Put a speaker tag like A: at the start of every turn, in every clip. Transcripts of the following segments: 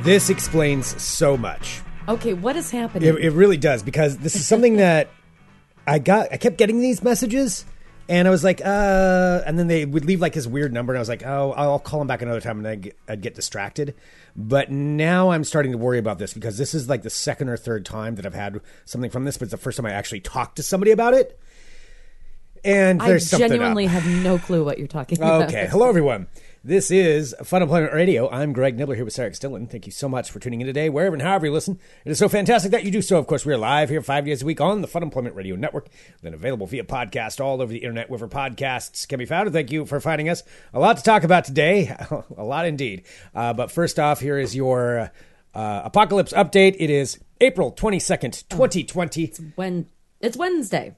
A: This explains so much.
B: Okay, what is happening?
A: It, it really does because this is something that I got. I kept getting these messages, and I was like, uh, and then they would leave like this weird number, and I was like, oh, I'll call them back another time, and I'd get, I'd get distracted. But now I'm starting to worry about this because this is like the second or third time that I've had something from this, but it's the first time I actually talked to somebody about it. And
B: I
A: there's something
B: genuinely
A: up.
B: have no clue what you're talking about.
A: Okay, hello everyone. This is Fun Employment Radio. I'm Greg Nibbler here with Sarah Dillon. Thank you so much for tuning in today, wherever and however you listen. It is so fantastic that you do so. Of course, we are live here five days a week on the Fun Employment Radio Network, then available via podcast all over the internet, wherever podcasts can be found. And thank you for finding us. A lot to talk about today, a lot indeed. Uh, but first off, here is your uh, apocalypse update. It is April 22nd,
B: Oh.
A: 2020.
B: When it's Wednesday.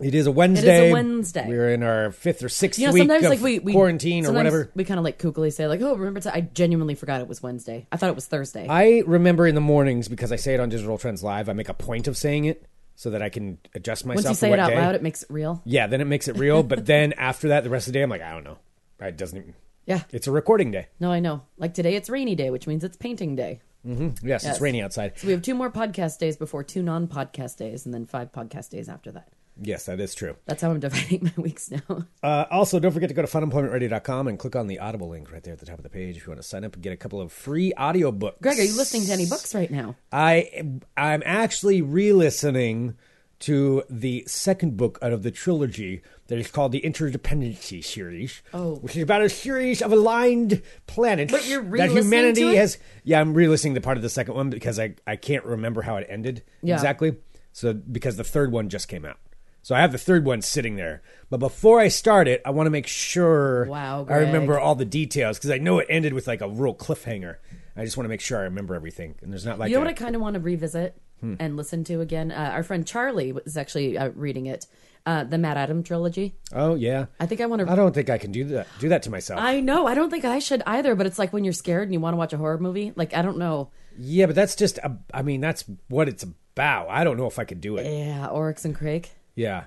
A: It is a Wednesday.
B: Wednesday.
A: We're in our fifth or sixth
B: You know,
A: week
B: sometimes
A: of
B: like we, we
A: quarantine or
B: sometimes
A: whatever.
B: We kind of like kookily say like, "Oh, remember to I genuinely forgot it was Wednesday. I thought it was Thursday."
A: I remember in the mornings because I say it on Digital Trends Live. I make a point of saying it so that I can adjust myself.
B: Once
A: to
B: you say
A: what
B: it out
A: day.
B: loud, it makes it real.
A: yeah, then it makes it real. but then after that, the rest of the day, I'm like, I don't know. It doesn't. Even,
B: Yeah.
A: it's a recording day.
B: No, I know. Like today, it's rainy day, which means it's painting day.
A: Mm-hmm. Yes,
B: Yes.
A: it's rainy outside.
B: So we have two more podcast days before two non-podcast days, and then five podcast days after that.
A: Yes, that is true.
B: That's how I'm dividing my weeks now.
A: Uh, also, don't forget to go to funemploymentradio.com and click on the Audible link right there at the top of the page if you want to sign up and get a couple of free audiobooks.
B: Greg, are you listening to any books right now?
A: I I'm actually re-listening to the second book out of the trilogy that is called the Interdependency series,
B: Oh.
A: which is about a series of aligned planets
B: But you're
A: that
B: re-listening
A: humanity
B: to it?
A: has. Yeah, I'm re-listening the part of the second one because I I can't remember how it ended
B: Yeah.
A: exactly. So because the third one just came out. So I have the third one sitting there, but before I start it, I want to make sure
B: Wow,
A: I remember
B: Greg.
A: all the details because I know it ended with like a real cliffhanger. I just want to make sure I remember everything, and there's not like
B: You know
A: a-
B: what I kind of want to revisit
A: Hmm.
B: and listen to again? Uh, our friend Charlie was actually uh, reading it, uh, the Matt Adam trilogy.
A: Oh yeah.
B: I think I want
A: I
B: to.
A: don't think I can do that. Do that to myself.
B: I know. I don't think I should either. But it's like when you're scared and you want to watch a horror movie. Like I don't know.
A: yeah, but that's just. A, I mean, that's what it's about. I don't know if I could do it.
B: Yeah, Oryx and Craig.
A: Yeah,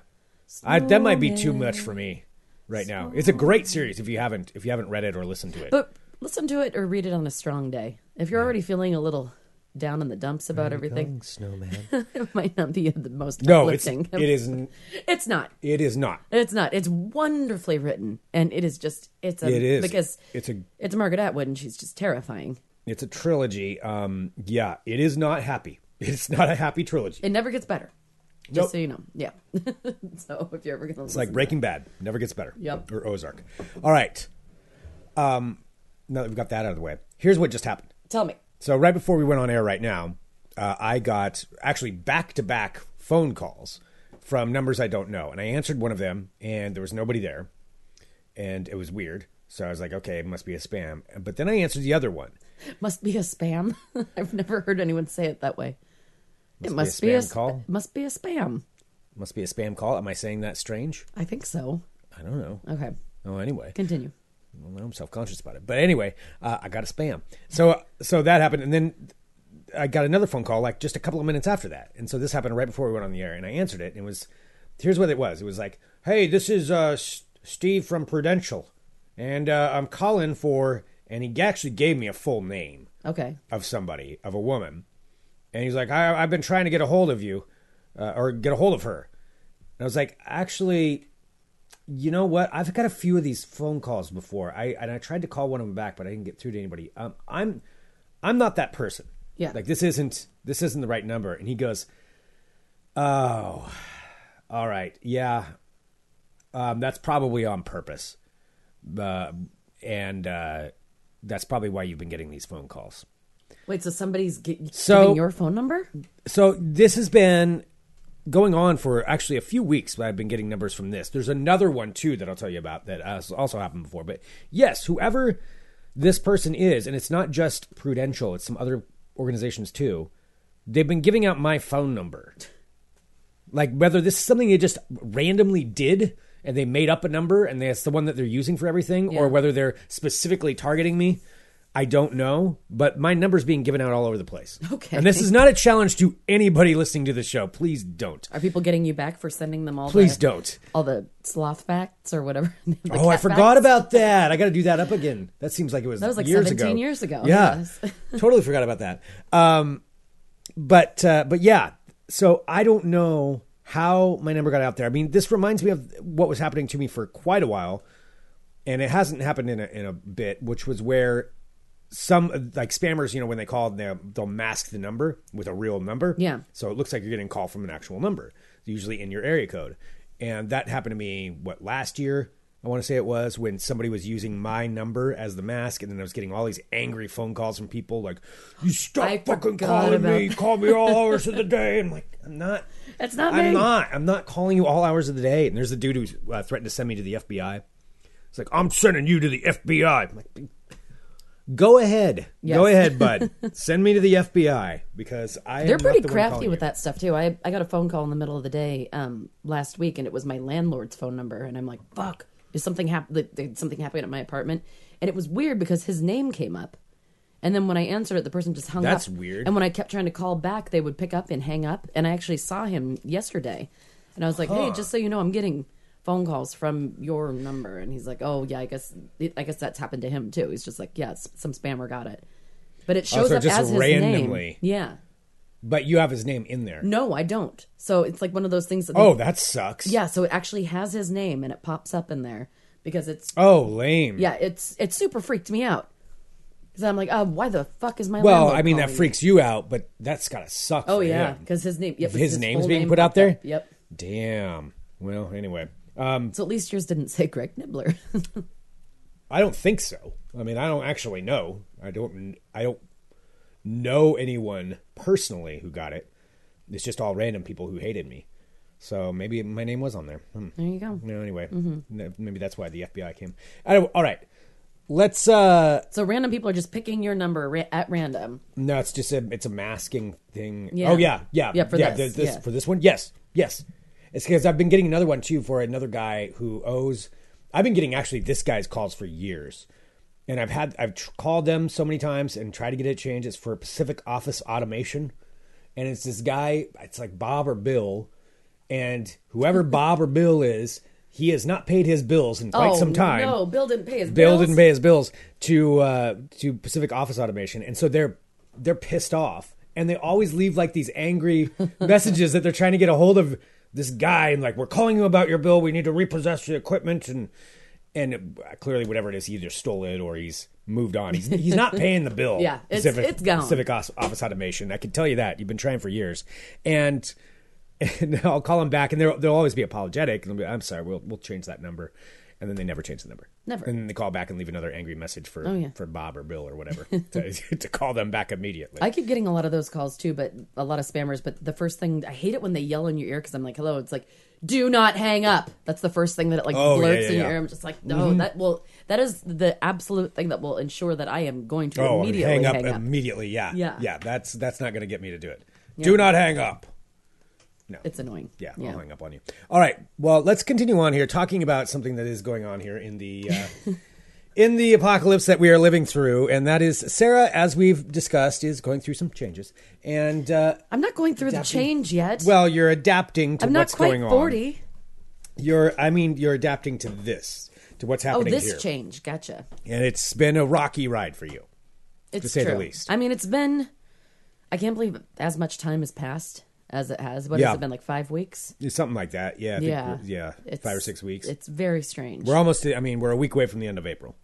A: I, that might be too much for me right now. It's a great series if you haven't if you haven't read it or listened to it.
B: But listen to it or read it on a strong day. If you're already feeling a little down in the dumps about everything,
A: Snowman.
B: it might not be the most
A: No, it's
B: uplifting.
A: it is n-
B: It's not.
A: it is not.
B: It's not. It's wonderfully written, and it is just. It's a,
A: It is
B: because
A: it's a
B: it's Margaret Atwood, and she's just terrifying.
A: it's a trilogy. Um, yeah, it is not happy. It's not a happy trilogy.
B: It never gets better. Just
A: Nope.
B: so you know. Yeah. so if you're ever gonna
A: It's like Breaking Bad. Never gets better.
B: Yep.
A: Or Ozark. All right. Um, now that we've got that out of the way, here's what just happened.
B: tell me.
A: So right before we went on air, right now, uh, I got actually back to back phone calls from numbers I don't know, and I answered one of them, and there was nobody there, and it was weird. So I was like, okay, it must be a spam. But then I answered the other one.
B: Must be a spam. I've never heard anyone say it that way. it
A: Must be a spam
B: sp-
A: call?
B: Must be a spam.
A: Must be a spam call. Am I saying that strange?
B: I think so.
A: I don't know.
B: Okay.
A: Oh, anyway.
B: Continue.
A: Well, now I'm self conscious about it. But anyway, uh, I got a spam. So so that happened, and then I got another phone call like just a couple of minutes after that. And so this happened right before we went on the air, and I answered it. And it was here's what it was. It was like, hey, this is uh, S- Steve from Prudential, and uh, I'm calling for, and he actually gave me a full name
B: Okay.
A: of somebody, of a woman. And he's like, I, I've been trying to get a hold of you uh, or get a hold of her. And I was like, actually, you know what? I've got a few of these phone calls before. I and I tried to call one of them back, but I didn't get through to anybody. Um, I'm I'm not that person.
B: Yeah.
A: Like this isn't this isn't the right number. And he goes, Oh, all right, yeah. Um, that's probably on purpose. Uh, and uh, that's probably why you've been getting these phone calls.
B: Wait, so somebody's gi-
A: So-
B: giving your phone number?
A: So this has been going on for actually a few weeks. But I've been getting numbers from this. There's another one too that I'll tell you about that uh, also happened before. But yes, whoever this person is, and it's not just Prudential; it's some other organizations too. They've been giving out my phone number, like whether this is something they just randomly did and they made up a number and that's the one that they're using for everything,
B: Yeah.
A: or whether they're specifically targeting me. I don't know, but my number's being given out all over the place.
B: Okay.
A: And this is not a challenge to anybody listening to the show. Please don't.
B: Are people getting you back for sending them all?
A: Please
B: the,
A: don't.
B: All the sloth facts or whatever. the
A: Oh, I
B: cat
A: forgot
B: facts?
A: about that. I got to do that up again. That seems like it was
B: That was like
A: years
B: 17
A: ago.
B: years ago.
A: Yeah,
B: Yes.
A: totally forgot about that. Um, but uh, but yeah, so I don't know how my number got out there. I mean, this reminds me of what was happening to me for quite a while, and it hasn't happened in a, in a bit, which was where some like spammers, you know, when they call, they'll, they'll mask the number with a real number.
B: Yeah.
A: So it looks like you're getting a call from an actual number, usually in your area code. And that happened to me, what, last year? I want to say it was when somebody was using my number as the mask, and then I was getting all these angry phone calls from people like, "You stop
B: I
A: fucking
B: forgot
A: calling
B: about
A: me! Call me all hours of the day!" And I'm like, "I'm not.
B: It's not
A: I'm
B: me.
A: not. I'm not calling you all hours of the day." And there's the dude who uh, threatened to send me to the FBI. It's like, "I'm sending you to the FBI." I'm like, Go ahead.
B: Yes.
A: Go ahead, bud. Send me to the FBI because I.
B: They're
A: am not
B: pretty
A: the one
B: crafty
A: calling
B: with
A: you.
B: that stuff too. I, I got a phone call in the middle of the day um, last week, and it was my landlord's phone number, and I'm like, "Fuck, is something happened? Something happened at my apartment?" And it was weird because his name came up, and then when I answered it, the person just hung
A: That's
B: up.
A: weird.
B: And when I kept trying to call back, they would pick up and hang up. And I actually saw him yesterday, and I was like, "Hey, just so you know, I'm getting." Phone calls from your number, and he's like, "Oh yeah, I guess I guess that's happened to him too." He's just like, "Yeah, s- some spammer got it," but it shows
A: Oh, so
B: up
A: just
B: as his name.
A: randomly.
B: Yeah,
A: But you have his name in there.
B: no, I don't. So it's like one of those things. That
A: Oh, that sucks.
B: yeah. So it actually has his name and it pops up in there because it's
A: Oh, lame.
B: yeah, it's it super freaked me out because I'm like, oh, why the fuck is my
A: Well,
B: landlord
A: I mean, that
B: calling me?
A: freaks you out, but that's gotta suck.
B: Oh
A: for
B: yeah,
A: him.
B: because his name. Yep,
A: His name's
B: whole
A: being
B: name
A: put out
B: popped
A: there?
B: up. Yep.
A: Damn. Well, anyway, um,
B: So at least yours didn't say Greg Nibbler.
A: I don't think so. I mean, I don't actually know. I don't. I don't know anyone personally who got it. It's just all random people who hated me. So maybe my name was on there. Hmm.
B: there you go.
A: No, anyway, No, maybe that's why the FBI came. I don't, all right, let's. uh
B: So random people are just picking your number ra- at random.
A: No, it's just a it's a masking thing.
B: Yeah.
A: Oh yeah, yeah,
B: Yeah, for this,
A: th- this
B: yeah.
A: for this one. Yes, yes. It's because I've been getting another one too for another guy who owes. I've been getting actually this guy's calls for years, and I've had I've tr- called them so many times and tried to get it changed. It's for Pacific Office Automation, and it's this guy. It's like Bob or Bill, and whoever Bob or Bill is, he has not paid his bills in quite
B: oh
A: some time
B: no, Bill didn't pay his
A: bill
B: bills.
A: didn't pay his bills to uh, to Pacific Office Automation, and so they're they're pissed off, and they always leave like these angry messages that they're trying to get a hold of this guy, and like we're calling you about your bill, we need to repossess your equipment, and and uh, clearly whatever it is, he either stole it or he's moved on. He's he's not paying the bill.
B: Yeah, it's-
A: Pacific,
B: it's gone.
A: Pacific Office Office Automation. I can tell you that you've been trying for years, and. And I'll call him back, and they'll they'll always be apologetic. And they'll be, I'm sorry, we'll we'll change that number, and then they never change the number.
B: Never.
A: And then they call back and leave another angry message for
B: Oh, yeah.
A: for Bob or Bill or whatever to, to call them back immediately.
B: I keep getting a lot of those calls too, but a lot of spammers. But the first thing I hate it when they yell in your ear because I'm like, "Hello," it's like, "Do not hang up." That's the first thing that it like
A: Oh, yeah,
B: blurts
A: yeah,
B: in your
A: yeah.
B: ear. I'm just like, "No, that will that is the absolute thing that will ensure that I am going to
A: oh,
B: immediately
A: hang up immediately. Yeah,
B: Yeah.
A: yeah. That's that's not going to get me to do it. Do not hang up. No,
B: It's annoying.
A: yeah, I'll hang up on you. All right. Well, let's continue on here talking about something that is going on here in the uh, in the apocalypse that we are living through, and that is Sarah, as we've discussed, is going through some changes, and uh,
B: I'm not going through the
A: Adapting.
B: change yet.
A: well, you're adapting to
B: I'm not
A: what's
B: quite
A: going on.
B: 40.
A: You're, I mean, you're adapting to this, to what's
B: Oh,
A: happening
B: this
A: here.
B: change. Gotcha.
A: and it's been a rocky ride for you.
B: It's
A: say the
B: true.
A: least.
B: I mean, it's been. I can't believe as much time has passed as it has. What
A: Yeah.
B: has it been like five weeks?
A: It's something like that. Yeah. I think
B: Yeah,
A: we're- yeah.
B: It's-
A: five or six weeks.
B: It's very strange.
A: We're almost, I mean, we're a week away from the end of April.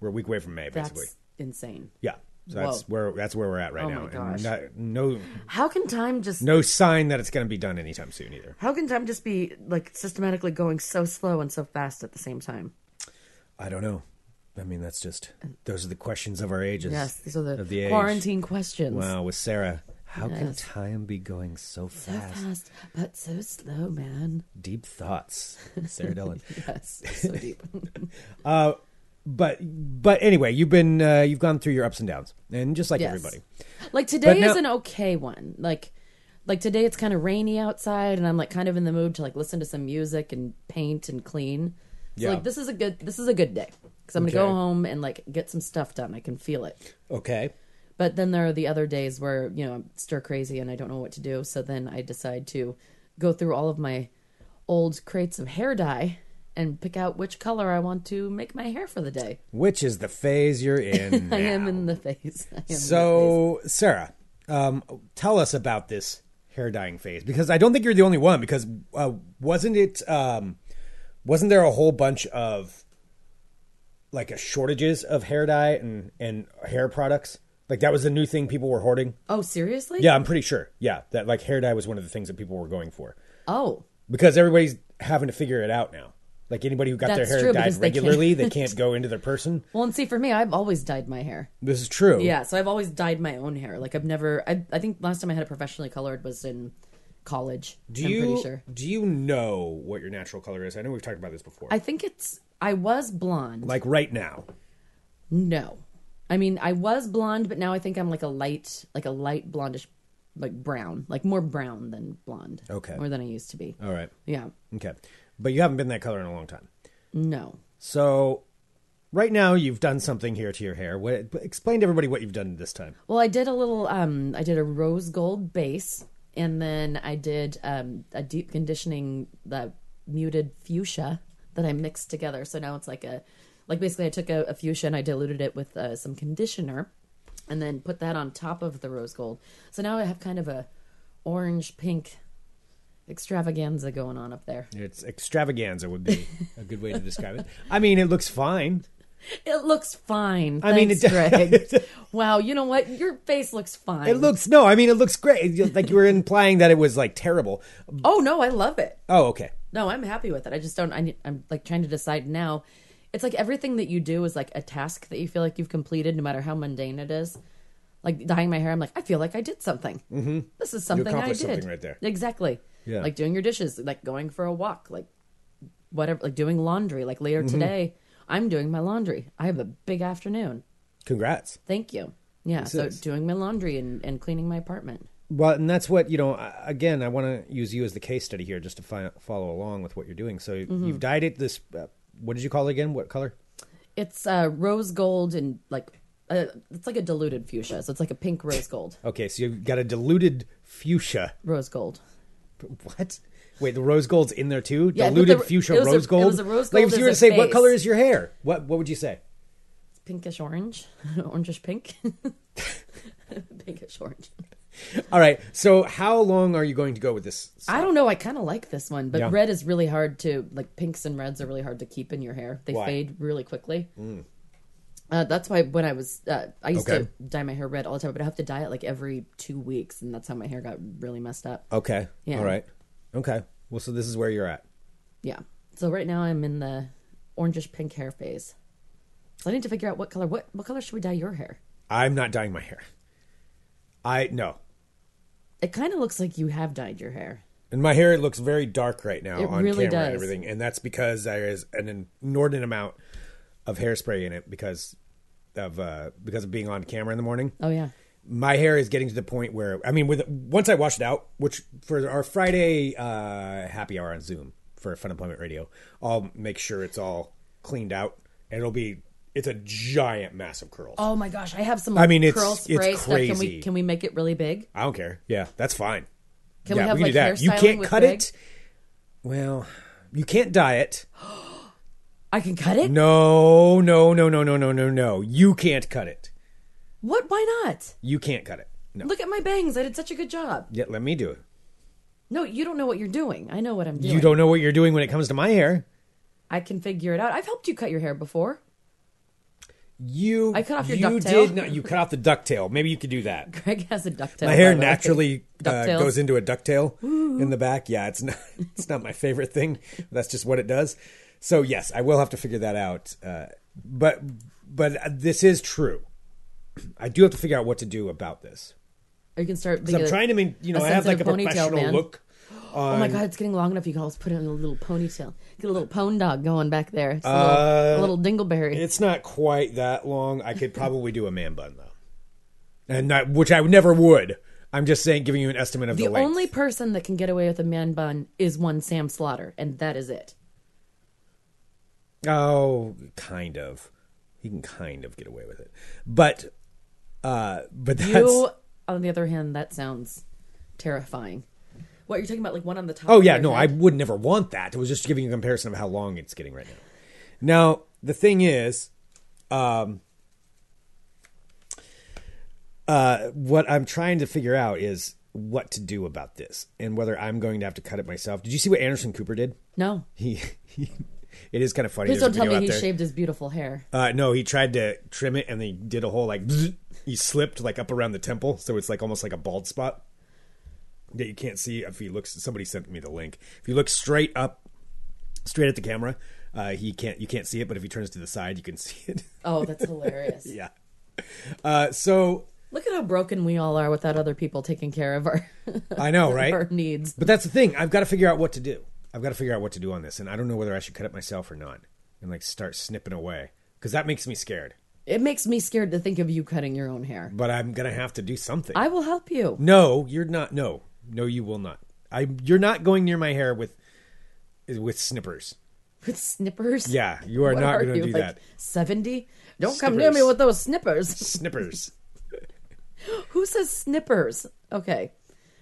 A: We're a week away from May, basically.
B: That's insane.
A: yeah. So that's
B: Whoa.
A: where that's where we're at right
B: Oh
A: now.
B: my
A: And
B: gosh.
A: not- no
B: How can time just
A: no sign that it's going to be done anytime soon either.
B: How can time just be like systematically going so slow and so fast at the same time?
A: I don't know. I mean, that's just those are the questions of our ages.
B: Yes, these are the,
A: of the age.
B: quarantine questions.
A: Wow, with Sarah, how can
B: Yes.
A: time be going so
B: So fast, but so slow, man.
A: Deep thoughts, Sarah Dillon.
B: Yes, so deep.
A: but but anyway, you've been uh, you've gone through your ups and downs, and just like
B: Yes.
A: everybody,
B: Like today
A: now-
B: is an okay one. Like, like today it's kind of rainy outside, and I'm like kind of in the mood to like listen to some music and paint and clean. So
A: Yeah.
B: like this is a good this is a good day because I'm gonna
A: Okay.
B: go home and like get some stuff done. I can feel it.
A: Okay.
B: But then there are the other days where you know I'm stir crazy and I don't know what to do. So then I decide to go through all of my old crates of hair dye and pick out which color I want to make my hair for the day.
A: Which is the phase you're in?
B: I am
A: now?
B: in the phase. I am in the
A: So, Sarah, um, tell us about this hair dyeing phase because I don't think you're the only one. Because uh, wasn't it um, wasn't there a whole bunch of like a shortages of hair dye and and hair products? Like that was a new thing people were hoarding.
B: Oh, seriously?
A: Yeah, I'm pretty sure. Yeah, that like hair dye was one of the things that people were going for
B: Oh,
A: because everybody's having to figure it out now. Like anybody who got
B: That's
A: their hair
B: true,
A: dyed
B: because they can't-
A: regularly, they can't go into their person.
B: well, and see, for me, I've always dyed my hair.
A: This is true.
B: Yeah, so I've always dyed my own hair. Like I've never. I, I think last time I had it professionally colored was in college.
A: Do
B: I'm
A: you
B: pretty sure.
A: do you know what your natural color is? I know we've talked about this before.
B: I think it's. I was blonde.
A: like right now,
B: No, I mean I was blonde, but now I think I'm like a light, like a light blondish, like brown, like more brown than blonde.
A: Okay.
B: more than I used to be.
A: all right,
B: Yeah.
A: okay, but you haven't been that color in a long time.
B: No.
A: So, right now you've done something here to your hair. What, but explain to everybody what you've done this time.
B: Well, I did a little. Um, I did a rose gold base, and then I did um, a deep conditioning, the muted fuchsia that I mixed together. So now it's like a, like basically I took a, a fuchsia and I diluted it with uh, some conditioner, and then put that on top of the rose gold. So now I have kind of a orange pink extravaganza going on up there.
A: It's extravaganza would be a good way to describe it. I mean, it looks fine.
B: It looks fine.
A: I mean,
B: Thanks,
A: it
B: Greg. wow, you know what? Your face looks fine.
A: It looks no. I mean, it looks great. It's Like you were implying that it was like terrible.
B: oh no, I love it.
A: Oh, okay.
B: No, I'm happy with it. I just don't. I need, I'm like trying to decide now. It's like everything that you do is like a task that you feel like you've completed, no matter how mundane it is. Like dyeing my hair, I'm like, I feel like I did something. Mm-hmm. This is something I did.
A: accomplished something right there.
B: Exactly.
A: Yeah.
B: Like doing your dishes, like going for a walk, like whatever, like doing laundry. Like later
A: Mm-hmm.
B: today, I'm doing my laundry. I have a big afternoon.
A: Congrats.
B: Thank you. Yeah. So
A: is-
B: doing my laundry and, and cleaning my apartment.
A: Well, and that's what you know. I- Again, I want to use you as the case study here, just to fi- follow along with what you're doing. So
B: Mm-hmm.
A: you've dyed it this. Uh, what did you call it again? What color?
B: It's uh, rose gold and like uh, it's like a diluted fuchsia. So it's like a pink rose gold.
A: Okay, so you've got a diluted fuchsia.
B: Rose gold.
A: What? Wait, the rose gold's in there too.
B: Yeah, but
A: diluted
B: the-
A: fuchsia
B: it was a-
A: rose
B: it
A: gold.
B: was a rose
A: Like
B: gold
A: if you
B: as
A: were
B: a
A: to say, what
B: base.
A: color is your hair? What What would you say?
B: It's pinkish orange, orangish pink, pinkish orange.
A: All right. So how long are you going to go with this?
B: I don't know. I kind of like this one, but
A: Yeah.
B: red is really hard to like. Pinks and reds are really hard to keep in your hair. They
A: Why? Mm.
B: fade really quickly. Uh, that's why when I was uh, I used
A: Okay.
B: to dye my hair red all the time, but I have to dye it like every two weeks, and that's how my hair got really messed up.
A: Okay.
B: Yeah.
A: All right. Okay. Well, so this is where you're at.
B: Yeah. So right now I'm in the orangish pink hair phase. So I need to figure out what color. What what color should we dye your hair?
A: I'm not dyeing my hair. I no.
B: It kind of looks like you have dyed your hair.
A: And my hair looks very dark right now
B: It
A: on
B: really
A: camera and
B: does.
A: everything, and that's because there is an inordinate amount of hairspray in it because of uh, because of being on camera in the morning.
B: Oh yeah.
A: My hair is getting to the point where I mean, with once I wash it out, which for our Friday uh, happy hour on Zoom for Fun Employment Radio, I'll make sure it's all cleaned out, and it'll be it's a giant, massive curl.
B: Oh my gosh, I have some.
A: I mean, it's-
B: curl
A: it's
B: spray stuff. Can
A: crazy.
B: we can we make it really big?
A: I don't care. Yeah, that's fine.
B: Can we
A: yeah,
B: have,
A: can
B: like,
A: do that. You
B: hairstyling
A: can't
B: with
A: cut
B: Greg?
A: it. Well, you can't dye it.
B: I can cut it.
A: No, no, no, no, no, no, no, no. You can't cut it.
B: What? Why not?
A: You can't cut it. No.
B: Look at my bangs. I did such a good job.
A: Yeah, let me do it.
B: No, you don't know what you're doing. I know what I'm doing.
A: You don't know what you're doing when it comes to my hair.
B: I can figure it out. I've helped you cut your hair before.
A: You
B: I cut off your
A: you
B: ducktail.
A: did not you cut off the ducktail. Maybe you could do that.
B: Greg has a ducktail.
A: My hair
B: by the way.
A: naturally uh,
B: Ducktails.
A: goes into a ducktail in the back. Yeah, it's not it's not my favorite thing. That's just what it does. So yes, I will have to figure that out. Uh, but but uh, this is true. I do have to figure out what to do about this.
B: Or you can start.
A: 'Cause I'm trying to, mean, you know, I have like a professional look.
B: Oh my god, it's getting long enough. You can always put it in a little ponytail. Get a little pone dog going back there. It's a, little, a little dingleberry.
A: Uh, It's not quite that long. I could probably do a man bun though, and not which I never would. I'm just saying, giving you an estimate of the,
B: the
A: length.
B: only person that can get away with a man bun is one Sam Slaughter, and that is it.
A: Oh, kind of. He can kind of get away with it, but uh, but that's
B: You, on the other hand, that sounds terrifying. What you're talking about, like one on the top?
A: Oh
B: of
A: yeah,
B: your
A: no, I
B: head?
A: would never want that. It was just giving you a comparison of how long it's getting right now. Now the thing is, um, uh, what I'm trying to figure out is what to do about this and whether I'm going to have to cut it myself. Did you see what Anderson Cooper did?
B: no.
A: He, he it is kind of funny.
B: Please
A: There's
B: don't
A: a
B: tell
A: video out
B: me he
A: there.
B: shaved his beautiful hair.
A: Uh, no, he tried to trim it and they did a whole like bzzz. he slipped like up around the temple, so it's like almost like a bald spot that you can't see if he looks. Somebody sent me the link. If you look straight up, straight at the camera, uh, he can't. You can't see it, but if he turns to the side, you can see it.
B: Oh, that's hilarious.
A: yeah. Uh, so
B: Look at how broken we all are without other people taking care of our
A: I know, right?
B: our needs.
A: But that's the thing. I've got to figure out what to do. I've got to figure out what to do on this, and I don't know whether I should cut it myself or not, and like start snipping away because that makes me scared.
B: It makes me scared to think of you cutting your own hair.
A: But I'm gonna have to do something.
B: I will help you.
A: No, you're not. No, no, you will not. I. You're not going near my hair with, with snippers.
B: With snippers?
A: Yeah, you are
B: What
A: not
B: are
A: going to
B: you,
A: do
B: like
A: that.
B: 70? Don't come near me
A: Snippers.
B: with those snippers.
A: Snippers.
B: Who says snippers? Okay.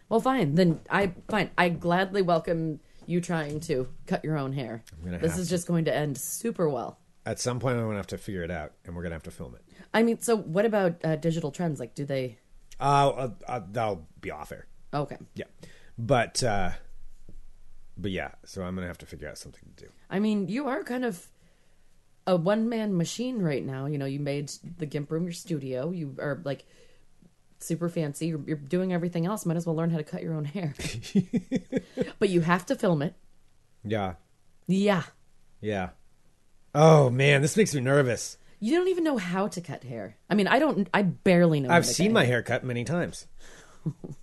B: Well, fine. Then I fine. I gladly welcome you trying to cut your own hair.
A: gonna
B: This
A: have
B: is
A: to.
B: just going to end super well.
A: At some point, I'm going to have to figure it out, and we're going to have to film it.
B: I mean, so what about uh, digital trends? Like, do they?
A: Uh, uh, that'll be off air.
B: Okay.
A: Yeah, but, uh, but yeah. So I'm going to have to figure out something to do.
B: I mean, you are kind of a one man machine right now. You know, you made the Gimp Room your studio. You are like super fancy. You're, you're doing everything else. Might as well learn how to cut your own hair. but you have to film it.
A: Yeah,
B: Yeah.
A: yeah. Oh man, this makes me nervous.
B: You don't even know how to cut hair. I mean, I don't. I barely know. how
A: I've
B: to cut
A: seen
B: hair.
A: my hair cut many times.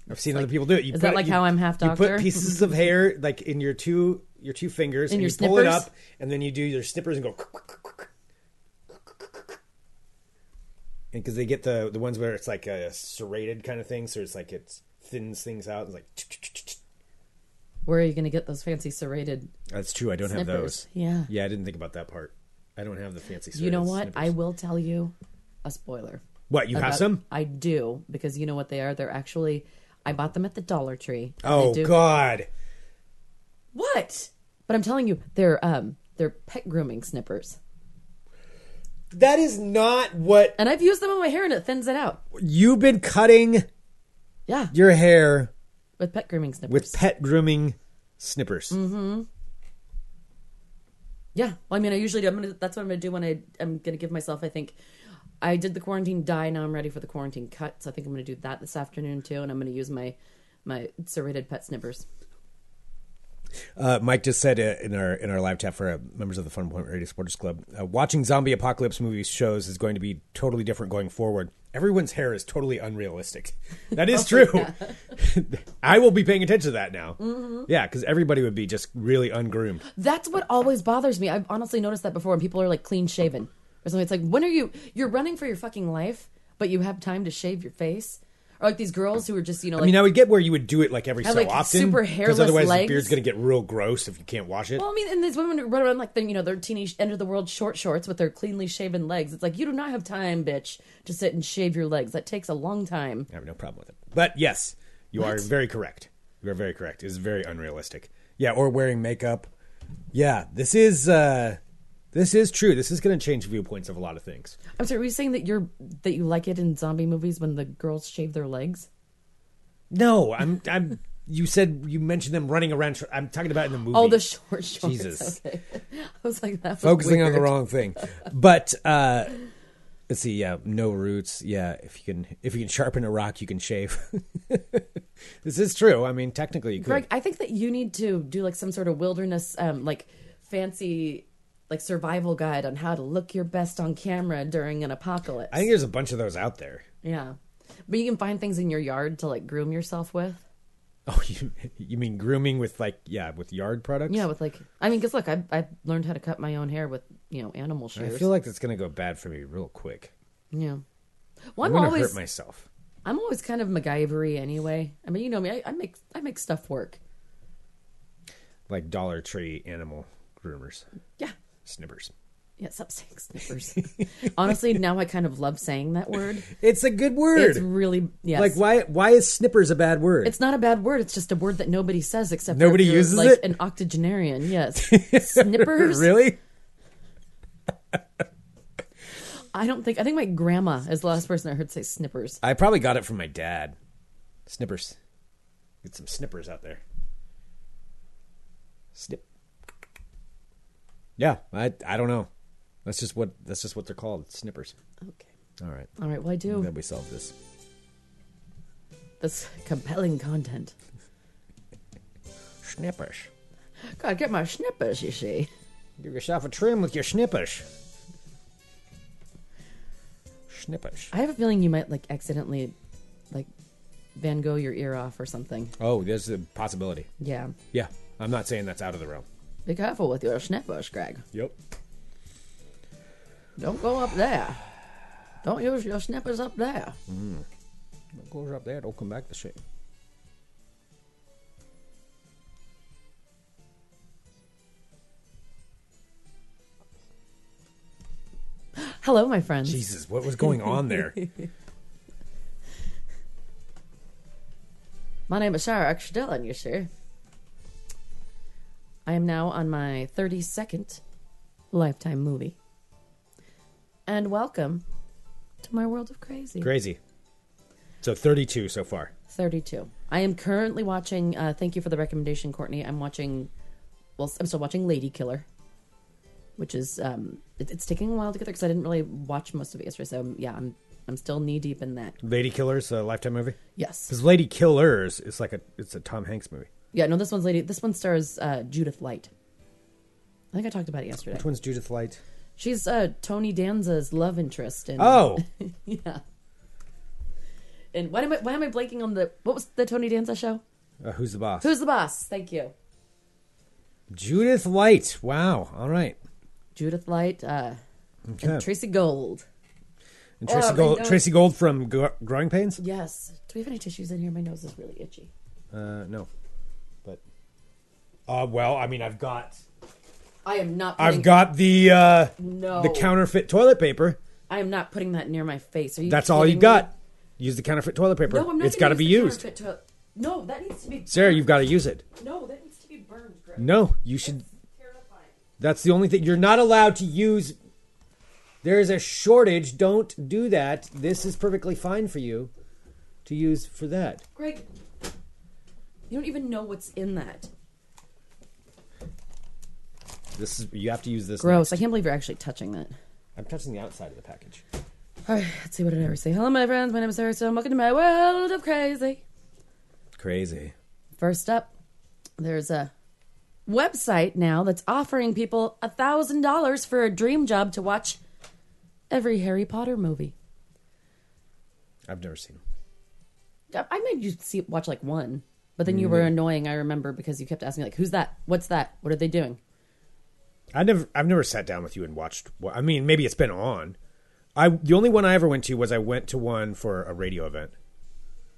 A: I've seen other people do it. You
B: is that
A: put-
B: like
A: you-
B: how I'm half
A: You
B: doctor?
A: put pieces of hair like in your two your two fingers, and
B: your
A: you pull it
B: snippers?
A: up, and then you do your snippers and go. And because they get the the ones where it's like a serrated kind of thing, so it's like it thins things out. It's like
B: Where are you going to get those fancy serrated?
A: that's true. I don't have
B: Snippers,
A: those.
B: yeah.
A: yeah. I didn't think about that part. I don't have the fancy. Serrated
B: You know what? I
A: snippers.
B: will tell you a spoiler.
A: what you have
B: about-
A: some?
B: I do because you know what they are. They're actually I bought them at the Dollar Tree. and they
A: Oh
B: do-
A: God!
B: What? But I'm telling you, they're um they're pet grooming snippers,
A: That is not what
B: and I've used them on my hair, and it thins it out.
A: you've been cutting
B: Yeah,
A: your hair
B: with pet grooming snippers.
A: with pet grooming snippers.
B: Mm-hmm. Yeah. Well, I mean, I usually do. I'm gonna. That's what I'm gonna do when I. I'm gonna give myself. I think. I did the quarantine dye. Now I'm ready for the quarantine cut. So I think I'm gonna do that this afternoon too. And I'm gonna use my my serrated pet snippers.
A: Uh, Mike just said uh, in our in our live chat for uh, members of the Fun Point Radio Supporters Club, uh, watching zombie apocalypse movies shows is going to be totally different going forward. Everyone's hair is totally unrealistic. That is
B: Oh,
A: true. I will be paying attention to that now.
B: Mm-hmm.
A: Yeah, because everybody would be just really ungroomed.
B: That's what always bothers me. I've honestly noticed that before when people are like clean shaven or something. It's like, when are you? You're running for your fucking life, but you have time to shave your face. Or like these girls who are just you know like
A: I mean, I would get where you would do it like every so
B: like,
A: often,
B: super hairless
A: otherwise the
B: legs.
A: beard's going to get real gross if you can't wash it.
B: Well, I mean, and these women who run around like they're, you know, their teenage end of the world short shorts with their cleanly shaven legs. It's like you do not have time, bitch, to sit and shave your legs. That takes a long time.
A: I have no problem with it. But yes, you are very correct. You are very correct. It's very unrealistic. Yeah, or wearing makeup. Yeah, this is uh this is true. This is going to change viewpoints of a lot of things.
B: I'm sorry, were you saying that you're that you like it in zombie movies when the girls shave their legs?
A: No, I'm I'm you said you mentioned them running around tr- I'm talking about in the movie.
B: Oh, the short shorts.
A: Jesus.
B: Okay. I was like that. Was
A: focusing on the
B: weird.
A: wrong thing. But uh let's see, yeah, no roots. Yeah, if you can if you can sharpen a rock, you can shave. this is true. I mean, technically you could.
B: Greg, I think that you need to do like some sort of wilderness, um, like fancy, like survival guide on how to look your best on camera during an apocalypse.
A: I think there's a bunch of those out there.
B: yeah, but you can find things in your yard to like groom yourself with.
A: Oh, you you mean grooming with like yeah with yard products?
B: Yeah, with like, I mean, because look, I I learned how to cut my own hair with you know animal
A: I
B: shears.
A: feel like that's gonna go bad for me real quick.
B: yeah.
A: I'm
B: Well, I'm,
A: gonna
B: always
A: hurt myself.
B: I'm always kind of MacGyvery anyway. I mean, you know me. I, I make I make stuff work.
A: Like Dollar Tree animal groomers,
B: Yeah,
A: snippers.
B: Yeah, substance sniffers. Honestly, now I kind of love saying that word.
A: It's a good word.
B: It's really yes.
A: Like why why is snippers a bad word?
B: It's not a bad word. It's just a word that nobody says except
A: Nobody
B: if you're,
A: uses
B: like
A: it?
B: An octogenarian, yes. Snippers.
A: really?
B: I don't think. I think my grandma is the last person I heard say snippers.
A: I probably got it from my dad. Snippers. Get some snippers out there. Snip. Yeah, I I don't know. That's just what that's just what they're called, snippers.
B: Okay.
A: All right.
B: All right. Well, I
A: I'm
B: do
A: glad we solved this.
B: this compelling content.
A: Snippers.
B: God, get my snippers. You see.
A: Give yourself a trim with your snippers. Snippers.
B: I have a feeling you might like accidentally, like, Van Gogh your ear off or something.
A: Oh, there's a possibility.
B: Yeah.
A: Yeah, I'm not saying that's out of the realm.
B: Be careful with your snippers, Greg.
A: Yep.
B: Don't go up there. Don't use your snippers up there.
A: It goes up there, don't come back the same.
B: Hello, my friends.
A: Jesus, what was going on there?
B: My name is Sarah Dillon, you see. I am now on my 32nd Lifetime movie. And welcome to my world of crazy.
A: Crazy. So 32 so far.
B: 32. I am currently watching, uh, thank you for the recommendation, Courtney. I'm watching, well, I'm still watching Lady Killer, which is, um, it, it's taking a while to get there because I didn't really watch most of it yesterday. So, um, yeah, I'm, I'm still knee deep in that.
A: Lady Killers, a Lifetime movie.
B: Yes.
A: Because Lady Killers is like a it's a Tom Hanks movie.
B: Yeah, no, this one's lady. This one stars uh, Judith Light. I think I talked about it yesterday.
A: Which one's Judith Light?
B: She's uh, Tony Danza's love interest in.
A: Oh,
B: yeah. And why am I why am I blanking on the what was the Tony Danza show?
A: uh, who's the boss?
B: Who's the boss? Thank you,
A: Judith Light. Wow. All right.
B: Judith Light uh,
A: Okay.
B: and Tracy Gold.
A: And Tracy
B: Oh, my
A: Gold.
B: nose.
A: Tracy Gold from Gr- Growing Pains.
B: Yes. Do we have any tissues in here? My nose is really itchy.
A: Uh, no, but uh, well, I mean, I've got
B: I am not. Putting,
A: I've got the uh,
B: No.
A: the counterfeit toilet paper.
B: I am not putting that near my face. Are you?
A: That's all
B: kidding
A: you
B: me?
A: got. Use the counterfeit toilet paper.
B: No, I'm not.
A: it's
B: got
A: got to be used,
B: No, that needs to be.
A: Sarah. You've got to use it.
B: No, that needs to be burned. Greg.
A: No, you should.
B: Terrifying.
A: That's the only thing you're not allowed to use. There is a shortage. Don't do that. This is perfectly fine for you to use for that.
B: Greg, you don't even know what's in that.
A: This is you have to use this.
B: Gross.
A: next.
B: I can't believe you're actually touching that.
A: I'm touching the outside of the package.
B: All right, let's see what did I ever say. Hello, my friends. My name is Sarah Stone. Welcome to my world of crazy.
A: Crazy.
B: First up, there's a website now that's offering people $1,000 for a dream job to watch every Harry Potter movie.
A: I've never seen him.
B: I I made you see watch like one, but then you were
A: Mm-hmm.
B: annoying, I remember, because you kept asking me, like, who's that? What's that? What are they doing?
A: I never, I've never sat down with you and watched. one- I mean, maybe it's been on. I the only one I ever went to was I went to one for a radio event,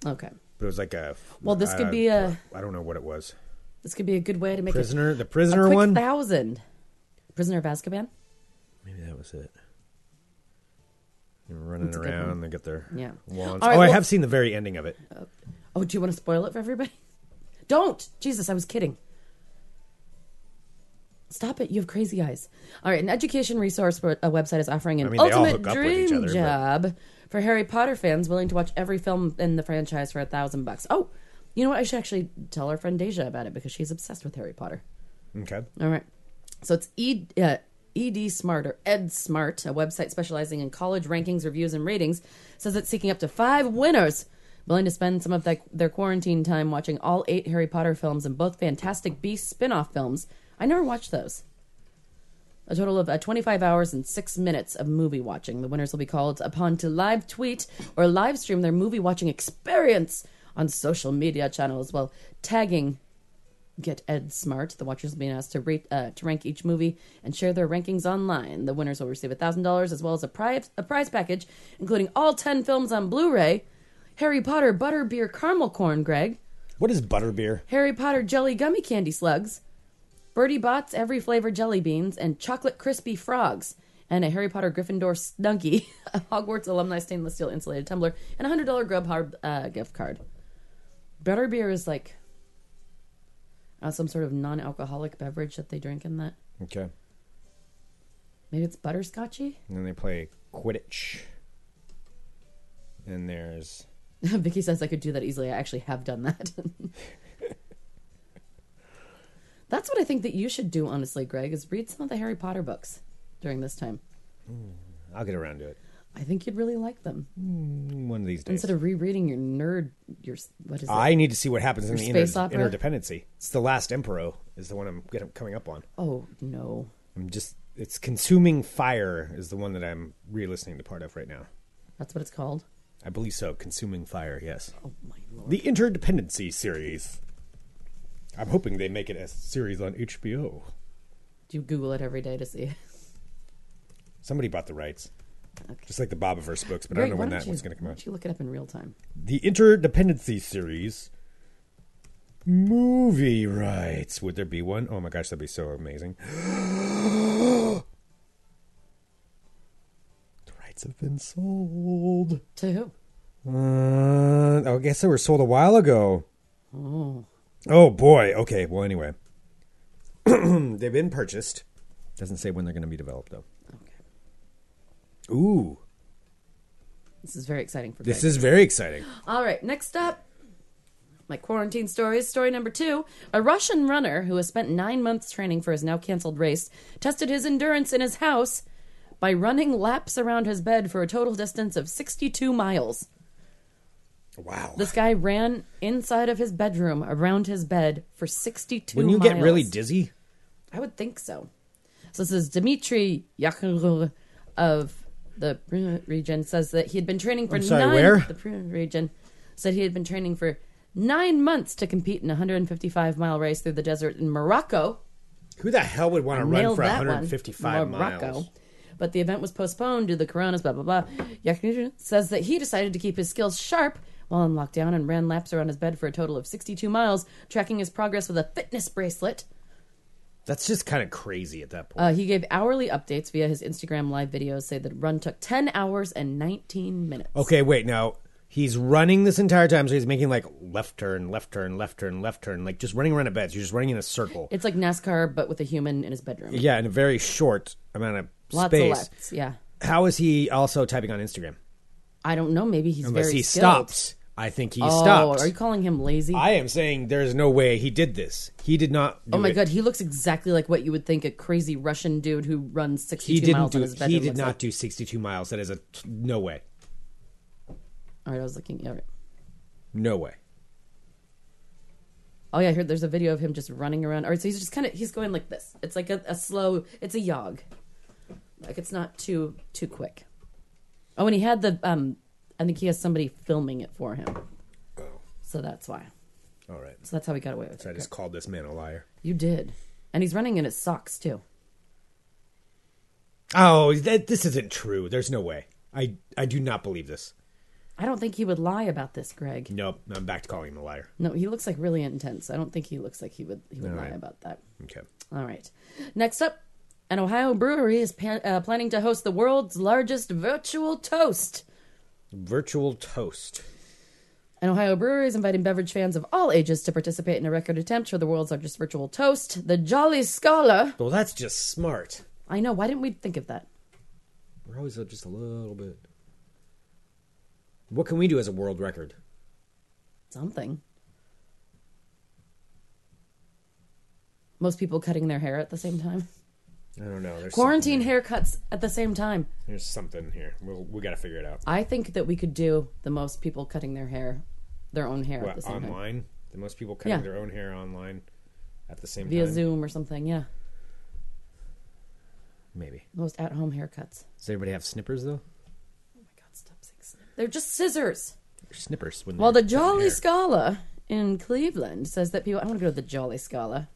B: Okay.
A: but it was like a.
B: Well, this could
A: I-
B: be a-
A: I don't know what it was.
B: This could be a good way to make it.
A: Prisoner, the
B: a
A: prisoner
B: quick
A: one.
B: thousand. Prisoner of Azkaban.
A: maybe that was it. They were running
B: a good
A: around, they got their
B: Yeah.
A: wands.
B: All right,
A: oh, I
B: well-
A: have seen the very ending of it.
B: Oh, do you want to spoil it for everybody? Don't. Jesus, I was kidding. Stop it! You have crazy eyes. All right, an education resource for a website is offering an
A: mean, they all
B: ultimate
A: hook up with each
B: dream
A: other, but-
B: job for Harry Potter fans willing to watch every film in the franchise for a thousand bucks. Oh, you know what? I should actually tell our friend Deja about it because she's obsessed with Harry Potter.
A: Okay.
B: All right. So it's E- uh, ED Smart or Ed Smart, a website specializing in college rankings, reviews, and ratings, says it's seeking up to five winners willing to spend some of their, their quarantine time watching all eight Harry Potter films and both Fantastic Beasts spin-off films. I never watched those. A total of uh, 25 hours and 6 minutes of movie watching. The winners will be called upon to live tweet or live stream their movie watching experience on social media channels while tagging Get Ed Smart. The watchers will be asked to rate uh, to rank each movie and share their rankings online. The winners will receive thousand dollars as well as a prize a prize package, including all ten films on Blu-ray, Harry Potter Butterbeer Caramel Corn, Greg,
A: What is butterbeer?
B: Harry Potter Jelly Gummy Candy Slugs, Birdie Bots Every Flavor Jelly Beans, and Chocolate Crispy Frogs. and a Harry Potter Gryffindor Snuggie, a Hogwarts alumni stainless steel insulated tumbler, and a hundred dollar Grubhub uh, gift card. Butterbeer is like uh, some sort of non-alcoholic beverage that they drink in that.
A: Okay.
B: Maybe it's butterscotchy.
A: And then they play Quidditch. And there's
B: Vicky says I could do that easily. I actually have done that. That's what I think that you should do, honestly, Greg, is read some of the Harry Potter books during this time.
A: I'll get around to it
B: I think you'd really like them.
A: one of these days.
B: Instead of rereading your nerd, your s- what is it?
A: I need to see what happens in the inter-
B: space opera?
A: interdependency. It's the last Emperor is the one I'm get, coming up on.
B: oh no,
A: I'm just it's consuming fire is the one that I'm re-listening to part of right now.
B: that's what it's called.
A: I believe so. Consuming fire, yes.
B: Oh my lord.
A: The interdependency series. I'm hoping they make it a series on HBO.
B: Do you Google it every day to see?
A: Somebody bought the rights,
B: Okay.
A: just like the Bobiverse books, but I don't
B: Greg,
A: know
B: why
A: when
B: don't
A: that
B: you-
A: one's going to come
B: why
A: out.
B: don't you look it up in real time?
A: The interdependency series movie rights. Would there be one? Oh my gosh, that'd be so amazing. the rights have been sold.
B: To who?
A: Uh, I guess they were sold a while ago.
B: Oh,
A: Oh boy. Okay. Well, anyway, they've been purchased. Doesn't say when they're going to be developed though.
B: okay.
A: Ooh,
B: This is very exciting for
A: this
B: Greg.
A: is very exciting.
B: All right, next up, my quarantine stories. Story number two A Russian runner who has spent nine months training for his now canceled race tested his endurance in his house by running laps around his bed for a total distance of 62 miles.
A: Wow.
B: This guy ran inside of his bedroom around his bed for 62
A: When you
B: miles.
A: get really dizzy,
B: I would think so. So this is Dmitry Yakharov of the Prima region says that he had been training for
A: I'm sorry,
B: nine.
A: where?
B: The Prima region said he had been training for nine months to compete in a 155 mile race through the desert in Morocco.
A: who the hell would want to run
B: Nailed
A: for
B: that one.
A: 155
B: Morocco.
A: miles?
B: But the event was postponed due to the coronas, blah, blah, blah. Yakharov says that he decided to keep his skills sharp while in lockdown and ran laps around his bed for a total of 62 miles, tracking his progress with a fitness bracelet.
A: That's just kind of crazy at that point.
B: Uh, he gave hourly updates via his Instagram live videos, say the run took 10 hours and 19 minutes.
A: okay, wait. Now he's running this entire time, so he's making like left turn, left turn, left turn, left turn, like just running around a bed. So you're just running in a circle.
B: It's like NASCAR, but with a human in his bedroom.
A: yeah, in a very short amount of
B: Lots
A: space.
B: of lefts, yeah.
A: How is he also typing on Instagram?
B: I don't know. Maybe he's
A: Unless
B: very
A: he
B: skilled.
A: stops. I think he
B: Oh,
A: stopped.
B: are you calling him lazy?
A: I am saying there is no way he did this. He did not. Do
B: oh my
A: it.
B: god, he looks exactly like what you would think a crazy Russian dude who runs
A: He
B: 62
A: didn't
B: miles
A: do.
B: on his bedroom.
A: He did
B: looks
A: not
B: like.
A: do 62 miles. That is a no way.
B: All right, I was looking. All right.
A: No way.
B: Oh yeah, here there's a video of him just running around. All right, so he's just kind of he's going like this. It's like a, a slow. It's a jog. Like it's not too too quick. Oh, and he had the um. I think he has somebody filming it for him. So that's why.
A: All right.
B: So that's how he got away with
A: So I
B: it.
A: just called this man a liar.
B: You did, and he's running in his socks too.
A: Oh, that, this isn't true. There's no way. I I do not believe this.
B: I don't think he would lie about this, Greg.
A: Nope. I'm back to calling him a liar.
B: No, he looks like really intense. I don't think he looks like he would he would
A: All
B: lie
A: right.
B: about that.
A: Okay.
B: All right. Next up, an Ohio brewery is pan- uh, planning to host the world's largest virtual toast.
A: Virtual toast.
B: An Ohio brewery is inviting beverage fans of all ages to participate in a record attempt for the world's largest virtual toast, the Jolly Scholar.
A: Well, that's just smart.
B: I know, why didn't we think of that?
A: We're always uh, just a little bit. What can we do as a world record?
B: Something. Most people cutting their hair at the same time.
A: I don't know. There's
B: Quarantine
A: Something
B: haircuts at the same time.
A: here. There's something here. We'll, we got to figure it out.
B: I think that we could do the most people cutting their hair, their own hair at the
A: What,
B: same time.
A: online? The most people cutting
B: Yeah.
A: their own hair online at the same
B: Via
A: time.
B: Zoom or something, yeah.
A: Maybe.
B: Most at home haircuts.
A: Does everybody have snippers though?
B: Oh my god, stop saying snip. They're just scissors.
A: They're snippers. When
B: Well, the
A: they're cutting
B: Jolly
A: hair.
B: Scala in Cleveland says that people. I want to go to the Jolly Scala.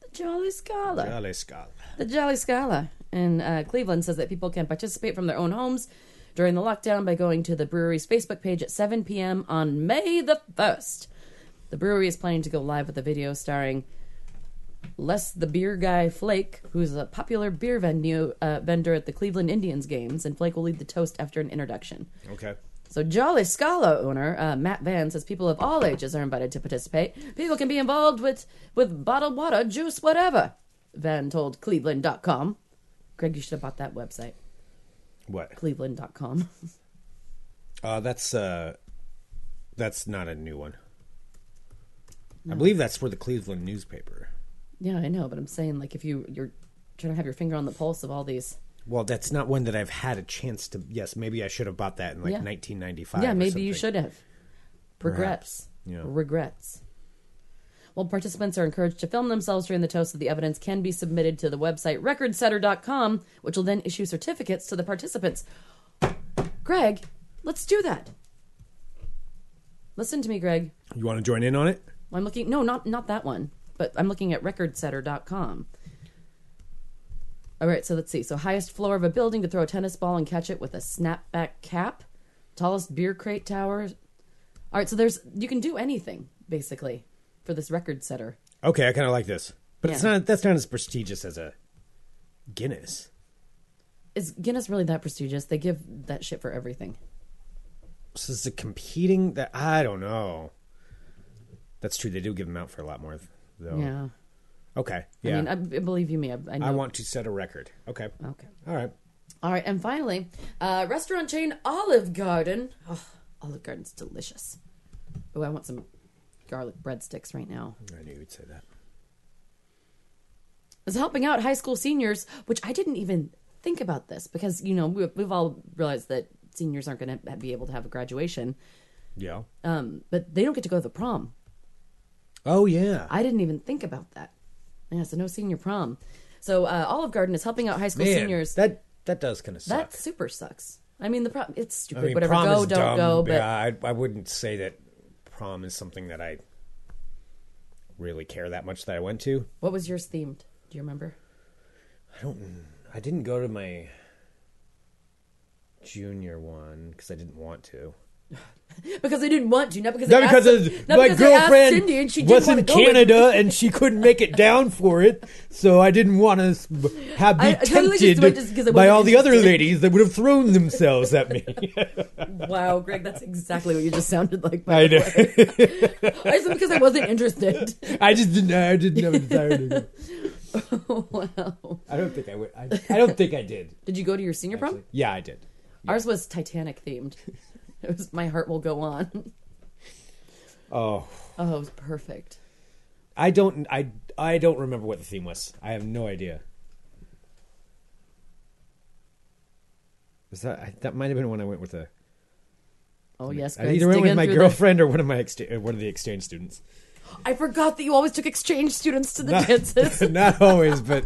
B: The Jolly Scala.
A: Jolly Scala.
B: The Jolly Scala in uh, Cleveland says that people can participate from their own homes during the lockdown by going to the brewery's Facebook page at 7 p.m. on May the 1st. The brewery is planning to go live with a video starring Les the Beer Guy Flake, who's a popular beer venue uh, vendor at the Cleveland Indians games, and Flake will lead the toast after an introduction.
A: Okay.
B: So Jolly Scala owner uh, Matt Van says people of all ages are invited to participate. People can be involved with with bottled water, juice, whatever. Van told Cleveland.com. Greg, you should have bought that website,
A: What?
B: Cleveland.com.
A: Uh, that's uh, that's not a new one. I believe that's for the Cleveland newspaper.
B: yeah, I know, but I'm saying like if you you're trying to have your finger on the pulse of all these.
A: Well, that's not one that I've had a chance to. Yes, maybe I should have bought that in like
B: Yeah.
A: 1995.
B: yeah,
A: or
B: maybe
A: something.
B: you should have.
A: Perhaps,
B: Regrets.
A: yeah.
B: Regrets. Well, participants are encouraged to film themselves during the toast, so the evidence can be submitted to the website recordsetter.com, which will then issue certificates to the participants. Greg, let's do that. Listen to me, Greg.
A: You want to join in on it?
B: I'm looking no, not not that one, but I'm looking at recordsetter.com. All right, so let's see. So highest floor of a building to throw a tennis ball and catch it with a snapback cap, tallest beer crate tower. All right, so there's you can do anything basically for this record setter.
A: Okay, I kind of like this, but it's
B: Yeah.
A: not. That's not as prestigious as a Guinness.
B: Is Guinness really that prestigious? They give that shit for everything.
A: So it's a competing. That I don't know. That's true. They do give them out for a lot more, though.
B: Yeah.
A: Okay.
B: I
A: Oh. Yeah. I,
B: mean, Oh. I, b- believe you me. I, I know.
A: want to set a record. Okay.
B: okay.
A: All right.
B: All right, and finally, uh, restaurant chain Olive Garden. Oh, Olive Garden's delicious. Oh, I want some garlic breadsticks right now.
A: I knew you'd say that.
B: Is helping out high school seniors, which I didn't even think about this because you know we, we've all realized that seniors aren't going to be able to have a graduation,
A: Yeah.
B: um, but they don't get to go to the prom.
A: Oh yeah.
B: I didn't even think about that. Yeah, so no senior prom. So uh, Olive Garden is helping out high school
A: Man,
B: seniors.
A: That that does kind of suck.
B: that super sucks. I mean, the prom it's
A: I
B: stupid.
A: mean,
B: Whatever,
A: prom
B: go
A: is
B: don't
A: dumb.
B: go. But
A: yeah, I, I wouldn't say that prom is something that I really care that much that I went to.
B: what was yours themed? Do you remember?
A: I don't. I didn't go to my junior one because I didn't want to.
B: Because they didn't want to, not because
A: Not
B: they
A: because
B: asked,
A: of
B: not
A: my
B: because they asked
A: girlfriend
B: Cindy and she didn't
A: was
B: wanna
A: in
B: go with-
A: Canada and she couldn't make it down for it, so I didn't want to have be
B: I- I totally just
A: tempted
B: went just 'cause I
A: by
B: wasn't
A: all the other
B: interested.
A: ladies that would have thrown themselves at me.
B: Wow, Greg, that's exactly what you just sounded like.
A: I know.
B: I said because I wasn't interested.
A: I just didn't. I didn't have a desire to. Go.
B: wow.
A: I don't think I would. I, I don't think I did.
B: Did you go to your senior prom?
A: actually. Yeah, I did.
B: Ours was Titanic themed. It was My Heart Will Go On.
A: Oh,
B: Oh, it was perfect.
A: I don't. I I don't remember what the theme was. I have no idea. Was that I, that might have been when I went with a.
B: Oh yes,
A: I
B: Greg's
A: either went with
B: digging
A: my
B: through
A: girlfriend or one of my excha- uh, one of the exchange students.
B: The... I forgot that you always took exchange students to the
A: Not-
B: dances.
A: Not always, but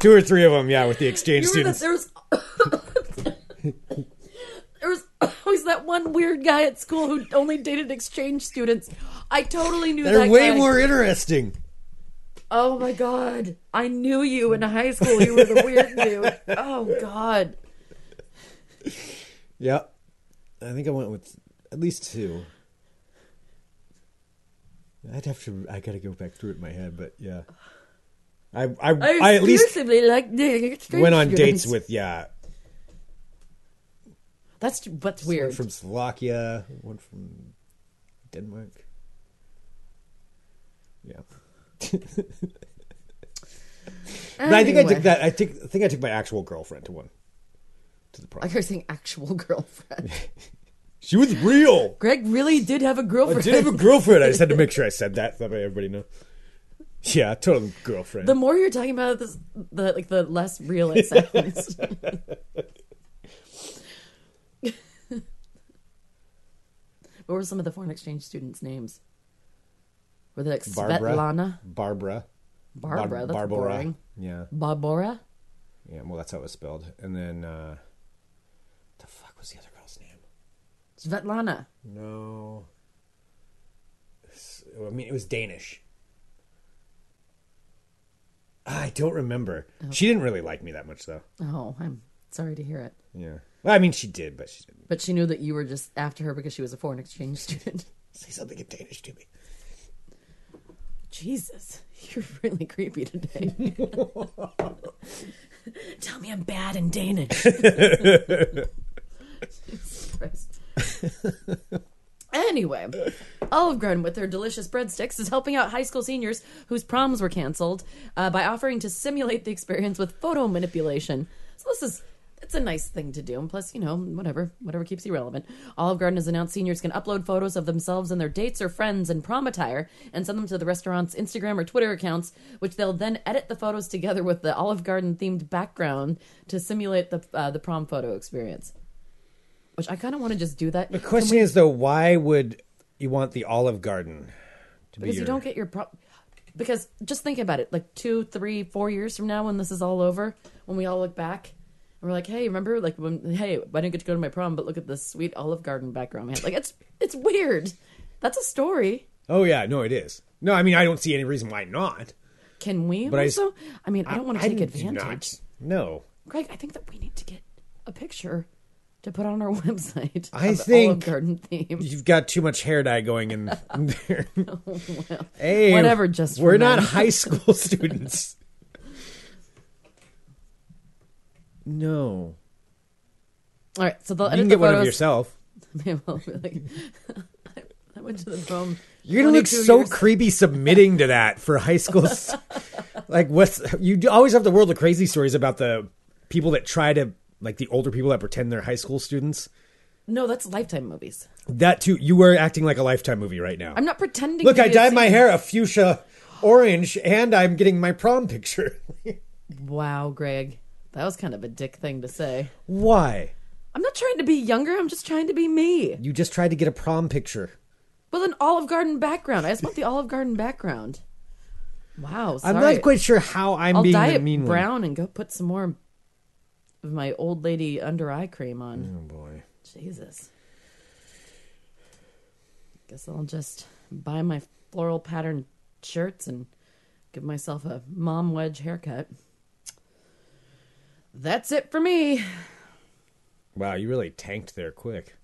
A: two or three of them. Yeah, with the exchange
B: You remember that
A: students.
B: there was there was always that one weird guy at school who only dated exchange students. I totally knew
A: They're
B: that
A: way
B: guy.
A: more interesting.
B: Oh my god. I knew you in high school. You were the weird dude. Oh god.
A: Yeah, I think I went with at least two. I'd have to. I gotta go back through it in my head, but yeah, I I, I,
B: I
A: at least
B: exclusively like dating exchange
A: went on
B: students.
A: dates with yeah,
B: That's what's
A: one
B: weird.
A: from Slovakia, one from Denmark. Yeah, but I think I
B: Anyway.
A: took that. I think I think I took my actual girlfriend to one to the
B: Like
A: prom.
B: you're saying actual girlfriend.
A: She was real.
B: Greg really did have a girlfriend.
A: I did have a girlfriend. I just had to make sure I said that. That way everybody know. Yeah, total girlfriend.
B: the more you're talking about this, the like the less real it sounds. what were some of the foreign exchange students' names? Were they like
A: Barbara.
B: Svetlana,
A: Barbara. Bar-
B: Barbara? that's boring.
A: Yeah.
B: Barbara.
A: Yeah, well, that's how it was spelled. And then, uh, the fuck was the other girl's name?
B: Svetlana.
A: No. S- I mean, it was Danish. I don't remember. She didn't really like me that much, though.
B: Oh, I'm sorry to hear it.
A: Yeah. Well, I mean, she did, but she didn't.
B: But she knew that you were just after her because she was a foreign exchange student.
A: Say something in Danish to me.
B: Jesus, you're really creepy today. Tell me I'm bad in Danish. Jesus Christ. anyway, Olive Garden with their delicious breadsticks is helping out high school seniors whose proms were canceled uh, by offering to simulate the experience with photo manipulation. So this is. It's a nice thing to do, and plus, you know, whatever, whatever keeps you relevant. Olive Garden has announced seniors can upload photos of themselves and their dates or friends in prom attire and send them to the restaurant's Instagram or Twitter accounts, which they'll then edit the photos together with the Olive Garden themed background to simulate the uh, the prom photo experience. Which I kind of want to just do that.
A: The question is though, why would you want the Olive Garden to be?
B: because
A: your-
B: you don't get your pro- because just think about it like two three four years from now when this is all over when we all look back and we're like hey remember like when hey i didn't get to go to my prom but look at this sweet olive garden background man like it's it's weird that's a story
A: Oh yeah, no, it is. No, I mean I don't see any reason why not.
B: can we
A: I s-
B: also i, mean i don't want to take
A: do
B: advantage
A: not- No,
B: greg i think that we need to get a picture to put on our website
A: I
B: of the olive
A: think-
B: garden theme
A: you've got too much hair dye going in there. hey,
B: Whatever, just
A: we're
B: for
A: not
B: men.
A: high school students. No,
B: all right so they'll
A: you
B: edit
A: can
B: the
A: get one of
B: photos
A: yourself.
B: Yeah, well, like, I went to the prom.
A: You're gonna look
B: 22
A: so
B: years-
A: creepy submitting to that for high school. s- like, what's you do always have the world of crazy stories about the people that try to like the older people that pretend they're high school students.
B: No, that's Lifetime movies.
A: That too, you were acting like a lifetime movie right now.
B: I'm not pretending.
A: Look,
B: to
A: I
B: be a
A: dyed my
B: senior.
A: hair a fuchsia orange, and I'm getting my prom picture.
B: Wow, Greg, that was kind of a dick thing to say.
A: Why?
B: I'm not trying to be younger. I'm just trying to be me
A: You just tried to get a prom picture.
B: with an Olive Garden background. I just want the Olive Garden background. Wow, sorry.
A: I'm not quite sure how I'm
B: I'll
A: being
B: dye
A: the
B: it
A: mean
B: brown and go put some more of my old lady under eye cream on.
A: one. Oh boy.
B: Jesus. Guess I'll just buy my floral pattern shirts and give myself a mom wedge haircut. That's it for me.
A: Wow, you really tanked there quick.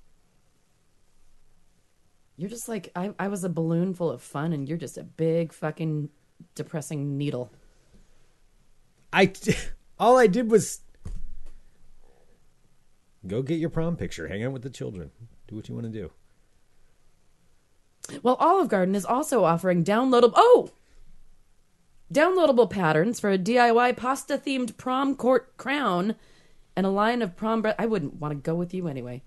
B: You're just like I, I was a balloon full of fun and you're just a big fucking depressing needle.
A: I all I did was go get your prom picture, hang out with the children, do what you want to do.
B: Well, Olive Garden is also offering downloadable oh downloadable patterns for a DIY pasta themed prom court crown and a line of prom bread. I wouldn't want to go with you anyway.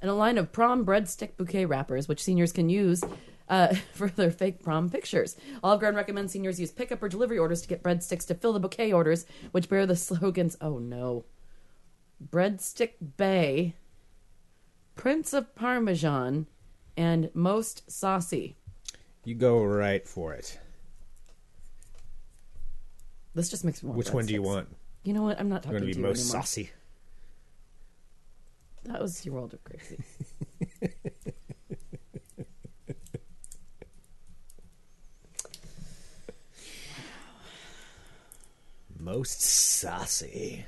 B: And a line of prom breadstick bouquet wrappers, which seniors can use uh, for their fake prom pictures. Olive Garden recommends seniors use pickup or delivery orders to get breadsticks to fill the bouquet orders, which bear the slogans. Oh no. Breadstick Bay, Prince of Parmesan, and Most Saucy.
A: You go right for it.
B: This just makes me want
A: Which one do you
B: breadsticks.
A: want?
B: You know what? I'm not
A: You
B: talking
A: want to
B: to
A: be
B: you
A: most
B: anymore.
A: saucy?
B: That was your world of crazy.
A: Most saucy.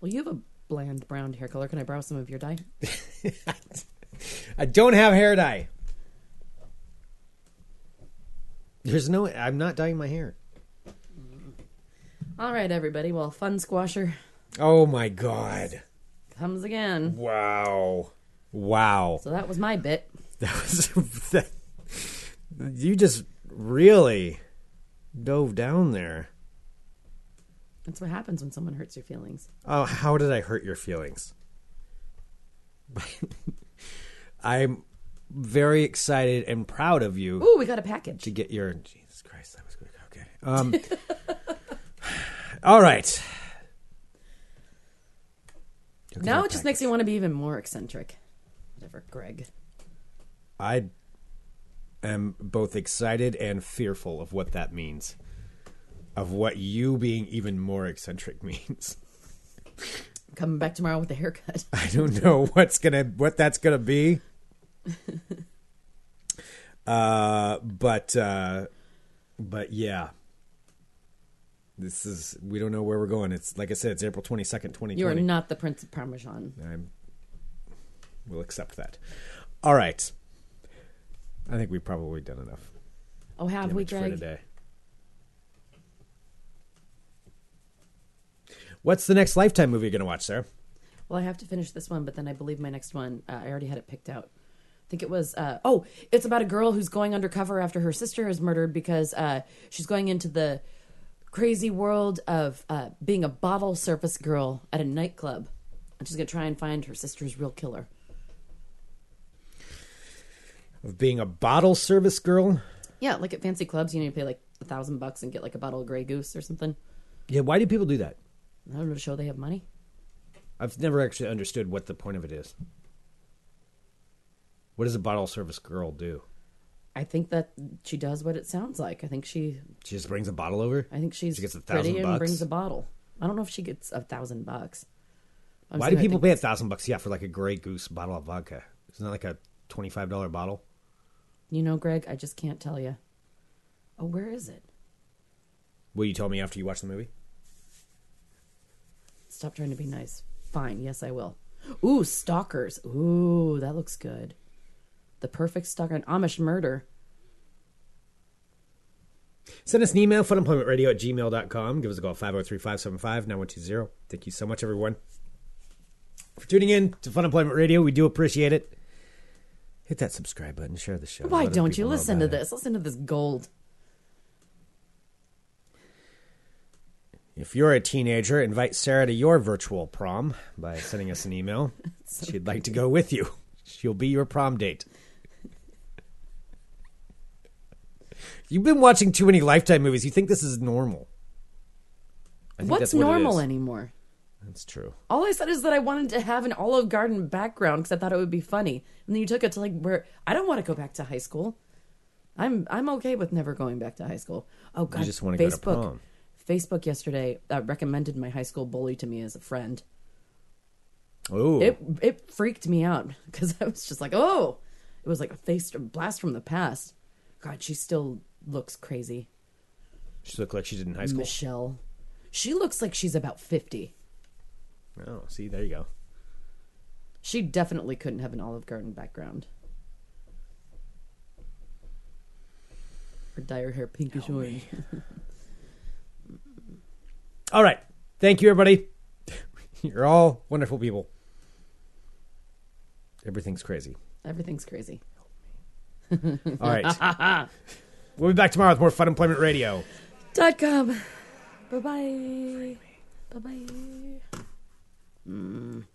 B: well, you have a bland brown hair color. Can I borrow some of your dye?
A: I don't have hair dye. There's no. I'm not dyeing my hair.
B: All right, everybody. Well, Fun Squasher
A: Oh my god!
B: comes again.
A: Wow! Wow!
B: So that was my bit.
A: That was. That, you just really dove down there.
B: That's what happens when someone hurts your feelings.
A: Oh, how did I hurt your feelings? I'm very excited and proud of you
B: Ooh, we got a package.
A: to get your Jesus Christ, that was quick. Okay. Um All right. Okay,
B: now
A: I'll
B: it just
A: pack
B: makes me want to be even more eccentric. Whatever, Greg.
A: I am both excited and fearful of what that means. Of what you being even more eccentric means.
B: I'm coming back tomorrow with a haircut.
A: I don't know what's gonna what that's gonna be. uh, but uh, but yeah, this is we don't know where we're going. It's like I said, it's April twenty second, twenty
B: You are
A: twenty.
B: not the Prince of Parmesan.
A: I'm we'll accept that. All right. I think we've probably done enough
B: Oh, have we,
A: damage for
B: Greg?
A: today. What's the next Lifetime movie you're going to watch, Sarah?
B: Well, I have to finish this one, but then I believe my next one, uh, I already had it picked out. I think it was, uh, oh, it's about a girl who's going undercover after her sister is murdered because uh, she's going into the crazy world of uh, being a bottle service girl at a nightclub. And she's going to try and find her sister's real killer.
A: Of being a bottle service girl?
B: Yeah, like at fancy clubs, you know, you pay like a thousand bucks and get like a bottle of Grey Goose or something.
A: Yeah, why do people do that?
B: I don't know, to show they have money.
A: I've never actually understood what the point of it is. What does a bottle service girl do?
B: I think that she does what it sounds like. I think she,
A: She just brings a bottle over?
B: I think she's
A: She gets a
B: pretty
A: thousand
B: and
A: bucks?
B: brings a bottle. I don't know if she gets a thousand bucks. I'm
A: Why
B: saying
A: do
B: I
A: people
B: think-
A: pay a thousand bucks? Yeah, for like a Grey Goose bottle of vodka. Isn't that like a twenty-five dollar bottle?
B: You know, Greg, I just can't tell you. Oh, where is it?
A: Will you tell me after you watch the movie?
B: Stop trying to be nice. Fine, yes, I will. Ooh, stalkers. Ooh, that looks good. The perfect stalker, an Amish murder.
A: Send us an email, funemploymentradio at gmail.com. Give us a call, 503-575-9120. Thank you so much, everyone, for tuning in to Fun Employment Radio. We do appreciate it. Hit that subscribe button, share the show.
B: Why
A: Let other
B: don't you
A: people know
B: listen to
A: about it.
B: this? Listen to this gold.
A: If you're a teenager, invite Sarah to your virtual prom by sending us an email. She'd like to go with you. She'll be your prom date. You've been watching too many Lifetime movies. You think this is normal. I think
B: What's
A: that's what it
B: normal
A: is.
B: anymore?
A: That's true.
B: All I said is that I wanted to have an Olive Garden background because I thought it would be funny, and then you took it to like where I don't want to go back to high school. I'm I'm okay with never going back to high school. Oh God,
A: just wanna go to
B: Facebook.
A: prom.
B: Facebook yesterday uh, recommended my high school bully to me as a friend.
A: Oh,
B: It it freaked me out because I was just like, oh, it was like a face a blast from the past. God, she still looks crazy,
A: she looked like she did in high school.
B: Michelle. She looks like she's about fifty.
A: Oh, see, there you go.
B: She definitely couldn't have an Olive Garden background. Her dyer hair pinkish orange.
A: All right. Thank you, everybody. You're all wonderful people. Everything's crazy.
B: Everything's crazy.
A: All right. we'll be back tomorrow with more Fun Employment Radio.
B: Dot com. Bye bye. Bye bye.